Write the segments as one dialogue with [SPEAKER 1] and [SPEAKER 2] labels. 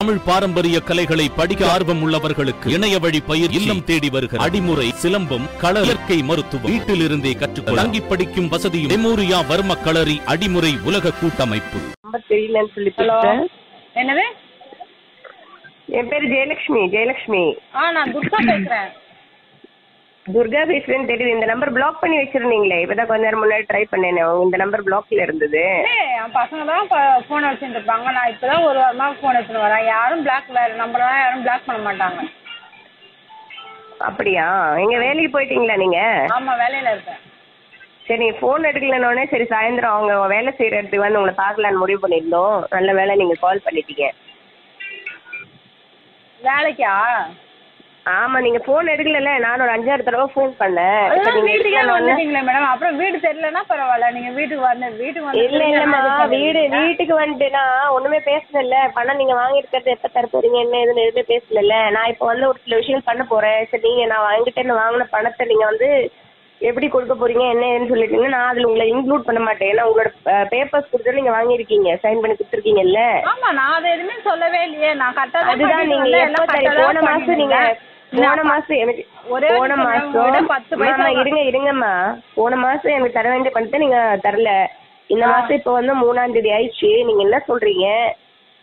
[SPEAKER 1] தமிழ் பாரம்பரிய கலைகளை படிக்க ஆர்வம் உள்ளவர்களுக்கு இணைய வழி பயிர் இல்லம் தேடி வருகிற அடிமுறை சிலம்பம் கள இயற்கை மருத்துவம் வீட்டிலிருந்தே கற்றுக்கொள்ள தங்கி படிக்கும் வசதியும் மெமோரியா வர்ம களரி அடிமுறை உலக கூட்டமைப்பு
[SPEAKER 2] நம்பர் தெரியலன்னு சொல்லி
[SPEAKER 3] ஹலோ
[SPEAKER 2] பேசுறேன்
[SPEAKER 3] என்னது
[SPEAKER 2] என் பேர் ஜெயலட்சுமி ஜெயலட்சுமி
[SPEAKER 3] ஆ நான் துர்கா பேசுறேன்
[SPEAKER 2] துர்கா பேசுறேன்னு தெரியுது இந்த நம்பர் பிளாக் பண்ணி வச்சிருந்தீங்களே இப்பதான் கொஞ்ச நேரம் முன்னாடி ட்ரை பண்ணேனே இந்த நம்பர் பிளாக்ல இருந்தது
[SPEAKER 3] ஏய், என் பசங்க தான் ஃபோன் வச்சுட்டு இருப்பாங்க நான் இப்பதான் ஒரு வாரமா ஃபோன் வச்சுட்டு வரேன் யாரும் பிளாக் நம்பர்லாம் யாரும் பிளாக் பண்ண மாட்டாங்க
[SPEAKER 2] அப்படியா எங்க வேலைக்கு போயிட்டீங்களா நீங்க
[SPEAKER 3] ஆமா வேலையில இருக்கேன்
[SPEAKER 2] சரி ஃபோன் எடுக்கலனோடனே சரி சாயந்தரம் அவங்க வேலை செய்யற இடத்துக்கு வந்து உங்களை பார்க்கலான்னு முடிவு பண்ணியிருந்தோம் நல்ல வேலை நீங்க கால் பண்ணிட்டீங்க
[SPEAKER 3] வேலைக்கா
[SPEAKER 2] ஆமா நீங்க ஃபோன் எடுக்கல நான் ஒரு அஞ்சாறு தடவை ஃபோன் பண்ணேன் இப்ப
[SPEAKER 3] அதெல்லாம்
[SPEAKER 2] நீங்க
[SPEAKER 3] வீட்டுக்கே
[SPEAKER 2] எடுக்கலனோடனே-
[SPEAKER 3] வந்துட்டீங்களே மேடம் அப்புறம் வீடு தெரியலன்னா பரவாயில்ல நீங்க வீட்டுக்கு வந்து வீட்டுக்கு வந்து
[SPEAKER 2] இல்ல இல்லம்மா வீடு வீட்டுக்கு வந்துட்டுனா ஒண்ணுமே பேசல பணம் நீங்க வாங்கியிருக்கிறது எப்ப தர போறீங்க என்ன ஏதுன்னு எதுவுமே பேசல நான் இப்ப வந்து ஒரு சில விஷயம் பண்ண போறேன் சரி நீங்க நான் வாங்கிட்டேன்னு வாங்கின பணத்தை நீங்க வந்து எப்படி கொடுக்க போறீங்க என்ன ஏதுன்னு சொல்லிட்டீங்கன்னா நான் அதுல உங்களை இன்க்ளூட் பண்ண மாட்டேன் ஏன்னா உங்களோட பேப்பர்ஸ் கொடுத்து நீங்க வாங்கியிருக்கீங்க சைன் பண்ணி கொடுத்துருக்கீங்கல்ல
[SPEAKER 3] ஆமா நான் அதை எதுவுமே சொல்லவே இல்லையே நான் கரெக்டா
[SPEAKER 2] அதுதான் நீங்க எப்ப சரி போன மாசம் நீங்க போன மாசம் எனக்கு
[SPEAKER 3] ஒரே ஒரு
[SPEAKER 2] போன
[SPEAKER 3] நிமிஷம் உங்ககிட்ட
[SPEAKER 2] மாசம்
[SPEAKER 3] பத்து பைசா
[SPEAKER 2] அம்மா,
[SPEAKER 3] வா-
[SPEAKER 2] இருங்க இருங்கம்மா போன மாசம் எனக்கு தர வேண்டிய பணத்தை நீங்க தரல இந்த மாசம் இப்ப வந்து மூணாம் தேதி ஆயிடுச்சு நீங்க என்ன சொல்றீங்க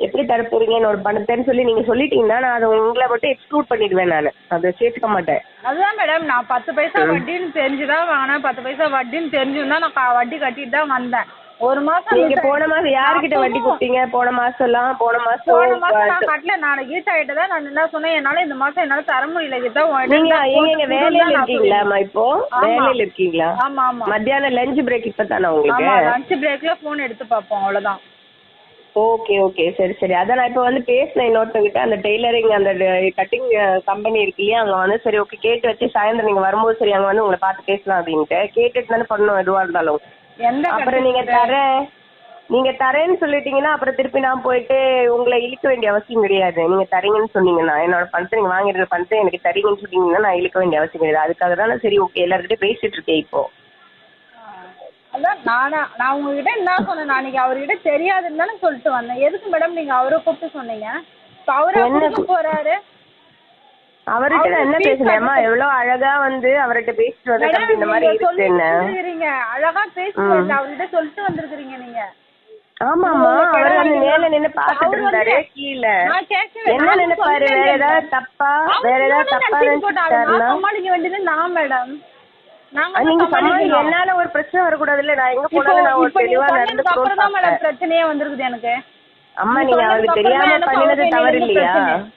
[SPEAKER 2] எப்படி தர போறீங்கன்னு ஒரு பணத்தைன்னு சொல்லி நீங்க சொல்லிட்டீங்கன்னா நான் அதை உங்களை மட்டும் எக்ஸ்க்ளூட் பண்ணிடுவேன் நான் அதை சேர்த்துக்க மாட்டேன்
[SPEAKER 3] அதுதான் மேடம் நான் பத்து பைசா வட்டின்னு தெரிஞ்சுதான் வாங்கினேன் பத்து பைசா வட்டின்னு தெரிஞ்சுதான் நான் கா- வட்டி கட்டிட்டு தான் வந்தேன் ஒரு மாசம்
[SPEAKER 2] நீங்க போன மாசம் யார்கிட்ட வட்டி
[SPEAKER 3] அப்பவும்
[SPEAKER 2] கொடுத்தீங்க போன மாசம் எல்லாம் போன மாசம்
[SPEAKER 3] போன மாசம் நான் கட்டல நான் கீட் ஆயிட்டு தான் நான் என்ன சொன்னேன் என்னால இந்த மாசம் என்னால தர முடியல கீதா உன்கிட்ட
[SPEAKER 2] நீங்க
[SPEAKER 3] நான்
[SPEAKER 2] எங்க எங்க
[SPEAKER 3] போட்டு கொடுத்துதான்
[SPEAKER 2] வேலையில
[SPEAKER 3] நான்
[SPEAKER 2] இருக்கீங்களாம்மா இப்போ
[SPEAKER 3] ஆமா.
[SPEAKER 2] வேலையில இருக்கீங்களா
[SPEAKER 3] சொல்லுவேன். ஆமா ஆமா
[SPEAKER 2] மத்தியானம் லஞ்ச் பிரேக் இப்பதானா
[SPEAKER 3] ஆமா
[SPEAKER 2] உங்களுக்கு
[SPEAKER 3] லஞ்ச் பிரேக்ல போன் எடுத்து பார்ப்போம் அவ்வளவுதான்
[SPEAKER 2] ஓகே ஓகே சரி சரி அதான் நான் இப்போ வந்து பேசினேன் இன்னொருத்தங்கிட்ட அந்த டெய்லரிங் அந்த கட்டிங் கம்பெனி இருக்கு இல்லையா அங்கே வந்து சரி ஓகே கேட்டு வச்சு சாயந்தரம் நீங்கள் வரும்போது சரி அங்கே வந்து உங்களை பார்த்து பேசலாம் அப்படின்ட்டு கேட்டுட்டு தானே பண்ணணும் எதுவாக இருந்தாலும்
[SPEAKER 3] எந்த
[SPEAKER 2] அப்புறம் நீங்கள் தர நீங்கள் தரேன்னு சொல்லிட்டீங்கன்னா அப்புறம் திருப்பி நான் போயிட்டு உங்களை இழுக்க வேண்டிய அவசியம் கிடையாது நீங்கள் தரீங்கன்னு சொன்னீங்கன்னா என்னோட பணத்தை நீங்கள் வாங்கிடுற பணத்தை எனக்கு தரீங்கன்னு சொன்னீங்கன்னா நான் இழுக்க வேண்டிய அவசியம் கிடையாது அதுக்காக தான் நான் சரி ஓகே எல்லாருக்கிட்டே பேசிட்டு இருக்கேன் இப்போ
[SPEAKER 3] அதான் நானா நான் உங்ககிட்ட என்ன சொன்னேன் நான் அன்னைக்கு அவர்கிட்ட தெரியாதுன்னு தானே சொல்லிட்டு வந்தேன் எதுக்கு மேடம் நீங்க அவரை கூப்பிட்டு சொன்னீங்க இப்ப அவரா
[SPEAKER 2] என்ன
[SPEAKER 3] கொடுக்க போறாரு
[SPEAKER 2] அவர்கிட்ட நான் என்ன
[SPEAKER 3] அவரு speak
[SPEAKER 2] பேசினேன்மா எவ்வளோ அழகா வந்து அவர்கிட்ட பேசிட்டு
[SPEAKER 3] மேடம்,
[SPEAKER 2] வந்து இந்த மாதிரி
[SPEAKER 3] நீங்க
[SPEAKER 2] இருக்கு
[SPEAKER 3] சொல்லிட்டு
[SPEAKER 2] என்ன
[SPEAKER 3] வந்துருக்கிறீங்க. அழகா பேசுறீங்க அவர்கிட்ட சொல்லிட்டு வந்திருக்கிறீங்க நீங்க
[SPEAKER 2] ஆமாம்மா
[SPEAKER 3] உங்க
[SPEAKER 2] அவர்
[SPEAKER 3] படம்
[SPEAKER 2] வந்து
[SPEAKER 3] வந்து-
[SPEAKER 2] மேல நின்னு பாத்துட்டு
[SPEAKER 3] அவர் வந்து-
[SPEAKER 2] இருந்தாரு கீழே
[SPEAKER 3] நான் கேட்கவே-
[SPEAKER 2] என்ன
[SPEAKER 3] நான்
[SPEAKER 2] நினைப்பாரு
[SPEAKER 3] சொன்னேன்
[SPEAKER 2] வேற
[SPEAKER 3] இல்லையா?
[SPEAKER 2] ஏதாவது தப்பா
[SPEAKER 3] அவர்
[SPEAKER 2] வேற ஏதாவது
[SPEAKER 3] இன்னொன்னு
[SPEAKER 2] தப்பா
[SPEAKER 3] நடிச்சுட்டு போட்டாரு. நான்
[SPEAKER 2] நினைச்சிட்டாருன்னா
[SPEAKER 3] சமாளிக்க வேண்டியது நான் மேடம் நாங்க
[SPEAKER 2] நீங்க
[SPEAKER 3] தான்
[SPEAKER 2] சமாளி
[SPEAKER 3] சமாளிக்கணும்.
[SPEAKER 2] என்னால ஒரு பிரச்சனை வரக்கூடாது இல்ல நான் எங்க
[SPEAKER 3] இப்போ-
[SPEAKER 2] போனாலும் நான் ஒரு
[SPEAKER 3] இப்போ நீங்க
[SPEAKER 2] தெளிவா நடந்து
[SPEAKER 3] சொன்னதுக்கு அப்புறம் தான்
[SPEAKER 2] போறேன்
[SPEAKER 3] மேடம் பிரச்சனையே வந்திருக்குது எனக்கு
[SPEAKER 2] அம்மா
[SPEAKER 3] நீங்க
[SPEAKER 2] நீங்க
[SPEAKER 3] சொன்னதுக்கு
[SPEAKER 2] அவருக்கு
[SPEAKER 3] அப்புறம்
[SPEAKER 2] தெரியாம
[SPEAKER 3] தான் எனக்கு
[SPEAKER 2] பண்ணினது
[SPEAKER 3] அவருக்கு
[SPEAKER 2] தவறு
[SPEAKER 3] என்னென்ன
[SPEAKER 2] இல்லையா
[SPEAKER 3] பிரச்சனை.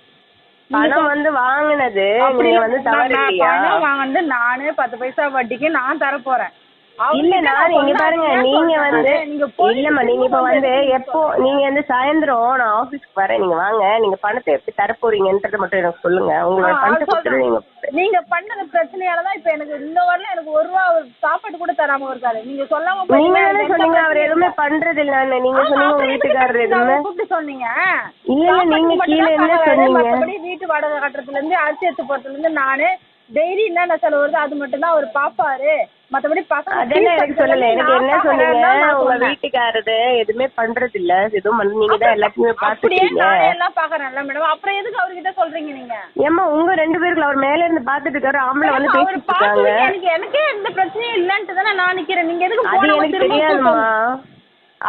[SPEAKER 2] பணம் வந்து வாங்குனது
[SPEAKER 3] அப்படி
[SPEAKER 2] நீங்க
[SPEAKER 3] இல்ல,
[SPEAKER 2] வந்து
[SPEAKER 3] நான்
[SPEAKER 2] தவறு
[SPEAKER 3] நான்
[SPEAKER 2] இல்லையா
[SPEAKER 3] பணம் வாங்கினது நானு பத்து பைசா வட்டிக்கு நான் தர போறேன் அவர்கிட்ட
[SPEAKER 2] இல்ல நான் இங்க
[SPEAKER 3] சொன்னேன்,
[SPEAKER 2] பாருங்க
[SPEAKER 3] நான்
[SPEAKER 2] நீங்க
[SPEAKER 3] சொன்னேன்.
[SPEAKER 2] வந்து
[SPEAKER 3] நீங்க போய்
[SPEAKER 2] இல்லம்மா நீங்க இப்ப வந்து எப்போ நீங்க வந்து சாயந்தரம் நான் ஆபீஸ்க்கு வரேன் நீங்க வாங்க நீங்க பணத்தை எப்படி தர போறீங்கன்றத மட்டும் எனக்கு சொல்லுங்க உங்களோட
[SPEAKER 3] ஆ,
[SPEAKER 2] பணத்தை
[SPEAKER 3] அது
[SPEAKER 2] கொடுத்துட்டு நீங்க
[SPEAKER 3] நீங்க பண்ணது பிரச்சனையால தான் இப்ப எனக்கு இன்ன வரல எனக்கு ஒரு ரூபா ஒரு சாப்பாடு கூட தராம இருக்காரு நீங்க சொல்லாம
[SPEAKER 2] நீங்க
[SPEAKER 3] போனீங்கன்னா
[SPEAKER 2] தானே
[SPEAKER 3] எனக்கு
[SPEAKER 2] சொன்னீங்க
[SPEAKER 3] எந்த
[SPEAKER 2] அவர்
[SPEAKER 3] பிரச்சனையும்
[SPEAKER 2] எதுவுமே பண்றது இல்லன்னு நீங்க
[SPEAKER 3] ஆமா,
[SPEAKER 2] சொன்னீங்க உங்க
[SPEAKER 3] அப்புறம் எதுக்கு
[SPEAKER 2] வீட்டுக்காரர்
[SPEAKER 3] பிரச்சனை?
[SPEAKER 2] எதுவுமே
[SPEAKER 3] அவரை கூப்பிட்டு சொன்னீங்க
[SPEAKER 2] இல்ல, இல்ல,
[SPEAKER 3] சாப்பாட்டுக்கு
[SPEAKER 2] நீங்க
[SPEAKER 3] மட்டும்
[SPEAKER 2] கீழே
[SPEAKER 3] தான்
[SPEAKER 2] என்ன
[SPEAKER 3] பரவாயில்ல.
[SPEAKER 2] சொன்னீங்க?
[SPEAKER 3] மத்தபடி வீட்டு வாடகை கட்டுறதுல இருந்து அரிசி எடுத்து போறதுல இருந்து நானு டெய்லி என்னென்ன செலவு வருது அது மட்டும் தான் அவர் பாப்பாரு மத்தபடி பசங்க
[SPEAKER 2] அதானே எனக்கு சொல்லல எனக்கு என்ன சொன்னீங்க உங்க வீட்டுக்காரரு எதுவுமே பண்றது இல்ல எதுவும் பண்ண நீங்க தான் எல்லாத்தையுமே
[SPEAKER 3] அப்படியே
[SPEAKER 2] பாத்துட்டீங்க
[SPEAKER 3] நானே எல்லாம் பாக்குறேன்ல மேடம் அப்புறம் எதுக்கு அவர்கிட்ட சொல்றீங்க நீங்க
[SPEAKER 2] ஏமா உங்க ரெண்டு பேருக்கு அவர் மேல இருந்து பாத்துட்டு இருக்காரு ஆம்பளை வந்து
[SPEAKER 3] அவர்
[SPEAKER 2] பேசிட்டு
[SPEAKER 3] பாத்து
[SPEAKER 2] இருக்காங்க
[SPEAKER 3] எனக்கு எனக்கே எந்த பிரச்சனையும் இல்லன்ட்டு தானே நான் நிக்கிறேன் நீங்க எதுக்கு
[SPEAKER 2] அது
[SPEAKER 3] போனவங்க
[SPEAKER 2] எனக்கு
[SPEAKER 3] திரும்ப
[SPEAKER 2] தெரியாதுமா
[SPEAKER 3] கூப்பிட்டு-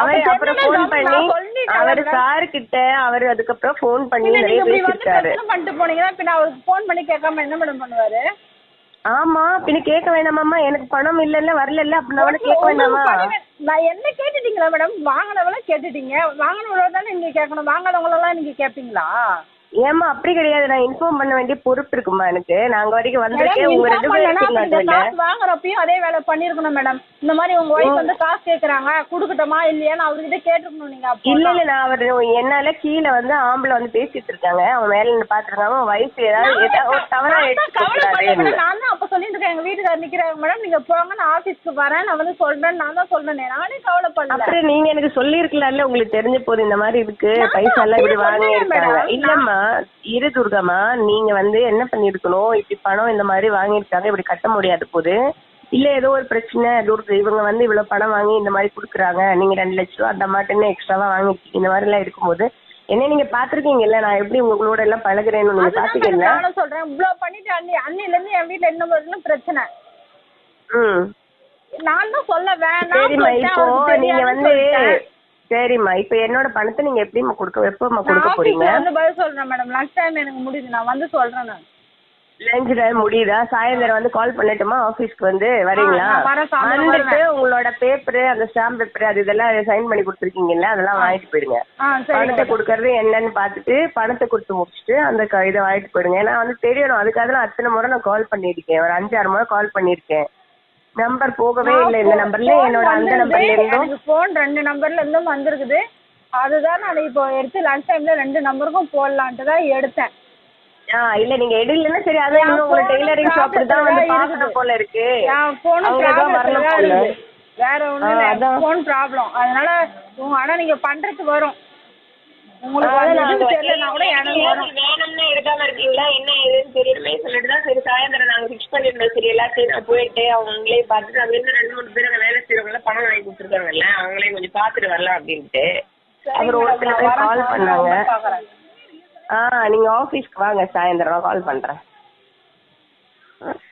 [SPEAKER 2] அவர்
[SPEAKER 3] அப்ப
[SPEAKER 2] அப்புறம்
[SPEAKER 3] சொன்னீங்க,
[SPEAKER 2] ஃபோன் பண்ணி
[SPEAKER 3] நான் சொல்லிட்டேன்
[SPEAKER 2] அவர்
[SPEAKER 3] அவர்கிட்ட.
[SPEAKER 2] சார் கிட்ட அவர் அதுக்கப்புறம் ஃபோன் பண்ணி
[SPEAKER 3] இல்ல, நீங்க
[SPEAKER 2] நிறைய
[SPEAKER 3] இப்படி வந்து
[SPEAKER 2] பேசிருக்காரு
[SPEAKER 3] பிரச்சனை பண்ணிட்டு போனீங்கன்னா பின்ன அவருக்கு ஃபோன் பண்ணி கேட்காம என்ன மேடம் பண்ணுவாரு
[SPEAKER 2] ஆமா பின்ன கேட்க வேணாமாம்மா எனக்கு பணம் இல்லல்ல வரல அப்படின்னு அவனை கேட்க
[SPEAKER 3] உங்களுக்கு
[SPEAKER 2] வேணாமா
[SPEAKER 3] பண்ணுங்க. நான் என்ன கேட்டுட்டீங்களா மேடம் வாங்கினவள கேட்டுட்டீங்க வாங்கினவள தானே நீங்க கேட்கணும் வாங்காதவங்களெல்லாம் நீங்க கேட்பீங்களா
[SPEAKER 2] ஏமா அப்படி கிடையாது நான் இன்ஃபார்ம் பண்ண வேண்டிய பொறுப்பு இருக்குமா எனக்கு நாங்க வரைக்கும் வந்திருக்கே
[SPEAKER 3] மேடம்,
[SPEAKER 2] உங்க
[SPEAKER 3] inform
[SPEAKER 2] ரெண்டு
[SPEAKER 3] பண்ணலன்னா
[SPEAKER 2] பேருக்கு
[SPEAKER 3] அப்ப இந்த
[SPEAKER 2] நடுவுல
[SPEAKER 3] காசு வாங்குறப்பயும் அதே வேலை பண்ணிருக்கணும் மேடம் இந்த மாதிரி உங்க ஒய்ஃப் வந்து காசு கேக்குறாங்க குடுக்கட்டுமா இல்லையான்னு அவர்கிட்ட கேட்டுருக்கணும் நீங்க அப்போ
[SPEAKER 2] இல்ல இல்ல நான் அவரு என்னால கீழ வந்து ஆம்பளை வந்து பேசிட்டு இருக்காங்க அவன் மேல இருந்து பாத்துருக்காங்க அவன் வயசு ஏதாவது ஏதாவது ஒரு தவறா
[SPEAKER 3] நான் தான் கவலைப்பட்டேன்
[SPEAKER 2] எடுத்துக்கிறாரு
[SPEAKER 3] மேடம். நான் தான் அப்ப சொல்லிட்டு இருக்கேன், எங்க வீட்டுக்காரர் நிக்கிறாரு மேடம், நீங்க போங்க, நான் ஆபீஸ்க்கு வரேன், நான் வந்து சொல்றேன், நான் தான் சொல்றேனே. நானே கவலைப்படல.
[SPEAKER 2] அப்புறம் நீங்க எனக்கு சொல்லிருக்கலாம்ல உங்களுக்கு தெரிஞ்ச போது இந்த மாதிரி இருக்கு பைசா எல்லாம் இப்படி
[SPEAKER 3] அப்படி
[SPEAKER 2] வாங்கி
[SPEAKER 3] சொன்னேன்
[SPEAKER 2] இருக்காங்க
[SPEAKER 3] மேடம்.
[SPEAKER 2] இல்லம்மா இரு துர்காமா நீங்க வந்து என்ன பண்ணிருக்கணும் இப்படி பணம் இந்த மாதிரி வாங்கியிருக்காங்க இப்படி கட்ட முடியாது போது இல்ல ஏதோ ஒரு பிரச்சனை துர்கு இவங்க வந்து இவ்வளவு பணம் வாங்கி இந்த மாதிரி கொடுக்குறாங்க நீங்க ரெண்டு லட்ச ரூபா அந்த மாட்டுன்னு எக்ஸ்ட்ராவா வாங்கிருக்கீங்க இந்த மாதிரி எல்லாம் இருக்கும்போது என்ன நீங்க பாத்திருக்கீங்கல்ல நான் எப்படி உங்களோட எல்லாம் பழகுறேன்னு நீங்க
[SPEAKER 3] அதுதான் madam
[SPEAKER 2] பாத்துக்கல
[SPEAKER 3] நானும் சொல்றேன் இவ்வளவு பண்ணிட்டு அண்ணி அண்ணில இருந்து என் வீட்டுல என்ன வரைக்கும் பிரச்சனை
[SPEAKER 2] ம்
[SPEAKER 3] நான் தான் சொல்ல வேணாம்
[SPEAKER 2] சரிம்மா
[SPEAKER 3] சொல்லிட்டேன்,
[SPEAKER 2] இப்போ
[SPEAKER 3] அவருக்கு
[SPEAKER 2] நீங்க
[SPEAKER 3] தெரியாதுன்னு
[SPEAKER 2] வந்து
[SPEAKER 3] சொல்லிட்டேன்.
[SPEAKER 2] சரிம்மா இப்போ என்னோட பணத்தை நீங்க எப்படிம்மா கொடுக்க எப்பமா
[SPEAKER 3] நான்
[SPEAKER 2] கொடுக்க போறீங்க
[SPEAKER 3] ஆபீஸ்ல வந்து பதில் சொல்றேன் மேடம் லஞ்ச் டைம் எனக்கு முடியுது நான் வந்து சொல்றேன் நான்
[SPEAKER 2] லஞ்ச் டைம் முடியுதா சாயந்தரம் வந்து கால் பண்ணட்டுமா ஆபீஸ்க்கு வந்து வரீங்களா
[SPEAKER 3] நான் வரேன், சாயந்தரம்
[SPEAKER 2] வந்துட்டு உங்களோட பேப்பர் அந்த ஸ்டாம்ப் பேப்பர் அது இதெல்லாம் சைன் பண்ணி கொடுத்துருக்கீங்கல்ல அதெல்லாம் வாங்கிட்டு போயிடுங்க
[SPEAKER 3] ஆ சரி
[SPEAKER 2] பணத்தை கொடுக்கறது என்னன்னு பார்த்துட்டு பணத்தை கொடுத்து முடிச்சுட்டு அந்த க- இதை வாங்கிட்டு போயிடுங்க ஏன்னா வந்து தெரியணும் அதுக்காக நான் அத்தனை முறை நான் கால் பண்ணியிருக்கேன் ஒரு அஞ்சாறு முறை கால் பண்ணியிருக்கேன் நம்பர் போகவே இல்லை இந்த நம்பர்ல என்னோட அந்த நம்பர்ல இருந்தும்
[SPEAKER 3] போன் ரெண்டு நம்பர்ல இருந்தும் வந்திருக்குது அதுதான் நான் இப்போ எடுத்து லஞ்ச் டைம்ல ரெண்டு நம்பருக்கும் போடலான்ட்டு தான் எடுத்தேன்
[SPEAKER 2] ஆ இல்ல நீங்க எடுக்கலன்னா சரி அதான் இன்னும் உங்க டெய்லரிங் ஷாப் தான் வந்து
[SPEAKER 3] இருக்குது.
[SPEAKER 2] பாக்கணும் போல இருக்கு
[SPEAKER 3] என் போனும்
[SPEAKER 2] அவங்க தான் வரணும்
[SPEAKER 3] ப்ராப்ளம்
[SPEAKER 2] போல.
[SPEAKER 3] இருக்கு வேற ஒண்ணும்
[SPEAKER 2] ஆ,
[SPEAKER 3] இல்ல
[SPEAKER 2] அதான்.
[SPEAKER 3] போன் ப்ராப்ளம் அதனால உங்க ஆனா நீங்க பண்றது வரும் உங்களுக்கு
[SPEAKER 2] ஆனா
[SPEAKER 3] வந்து
[SPEAKER 2] நாங்க
[SPEAKER 3] எதுவும் தெரியலனா கூட எனக்கு வரும்
[SPEAKER 2] வேணும்னு எடுக்காம இருக்கீங்களா என்ன ஏதுன்னு தெரியணுமே சொல்லிட்டு தான் சரி சாயந்தரம் நாங்க ஃபிக்ஸ் பண்ணிருந்தோம் சரி எல்லாத்தையும் நான் போயிட்டு அவங்களே பார்த்துட்டு அங்க இருந்து ரெண்டு மூணு பேர் அங்க வேலை செய்யறவங்க பணம் வாங்கி கொடுத்துருக்காங்கல்ல அவங்களையும் கொஞ்சம் பாத்துட்டு வரலாம் அப்படின்ட்டு அப்புறம் ஒரு சில பேர் கால் பண்ணாங்க ஆ நீங்க ஆபீஸ்க்கு வாங்க சாயந்தரம் கால் பண்றேன்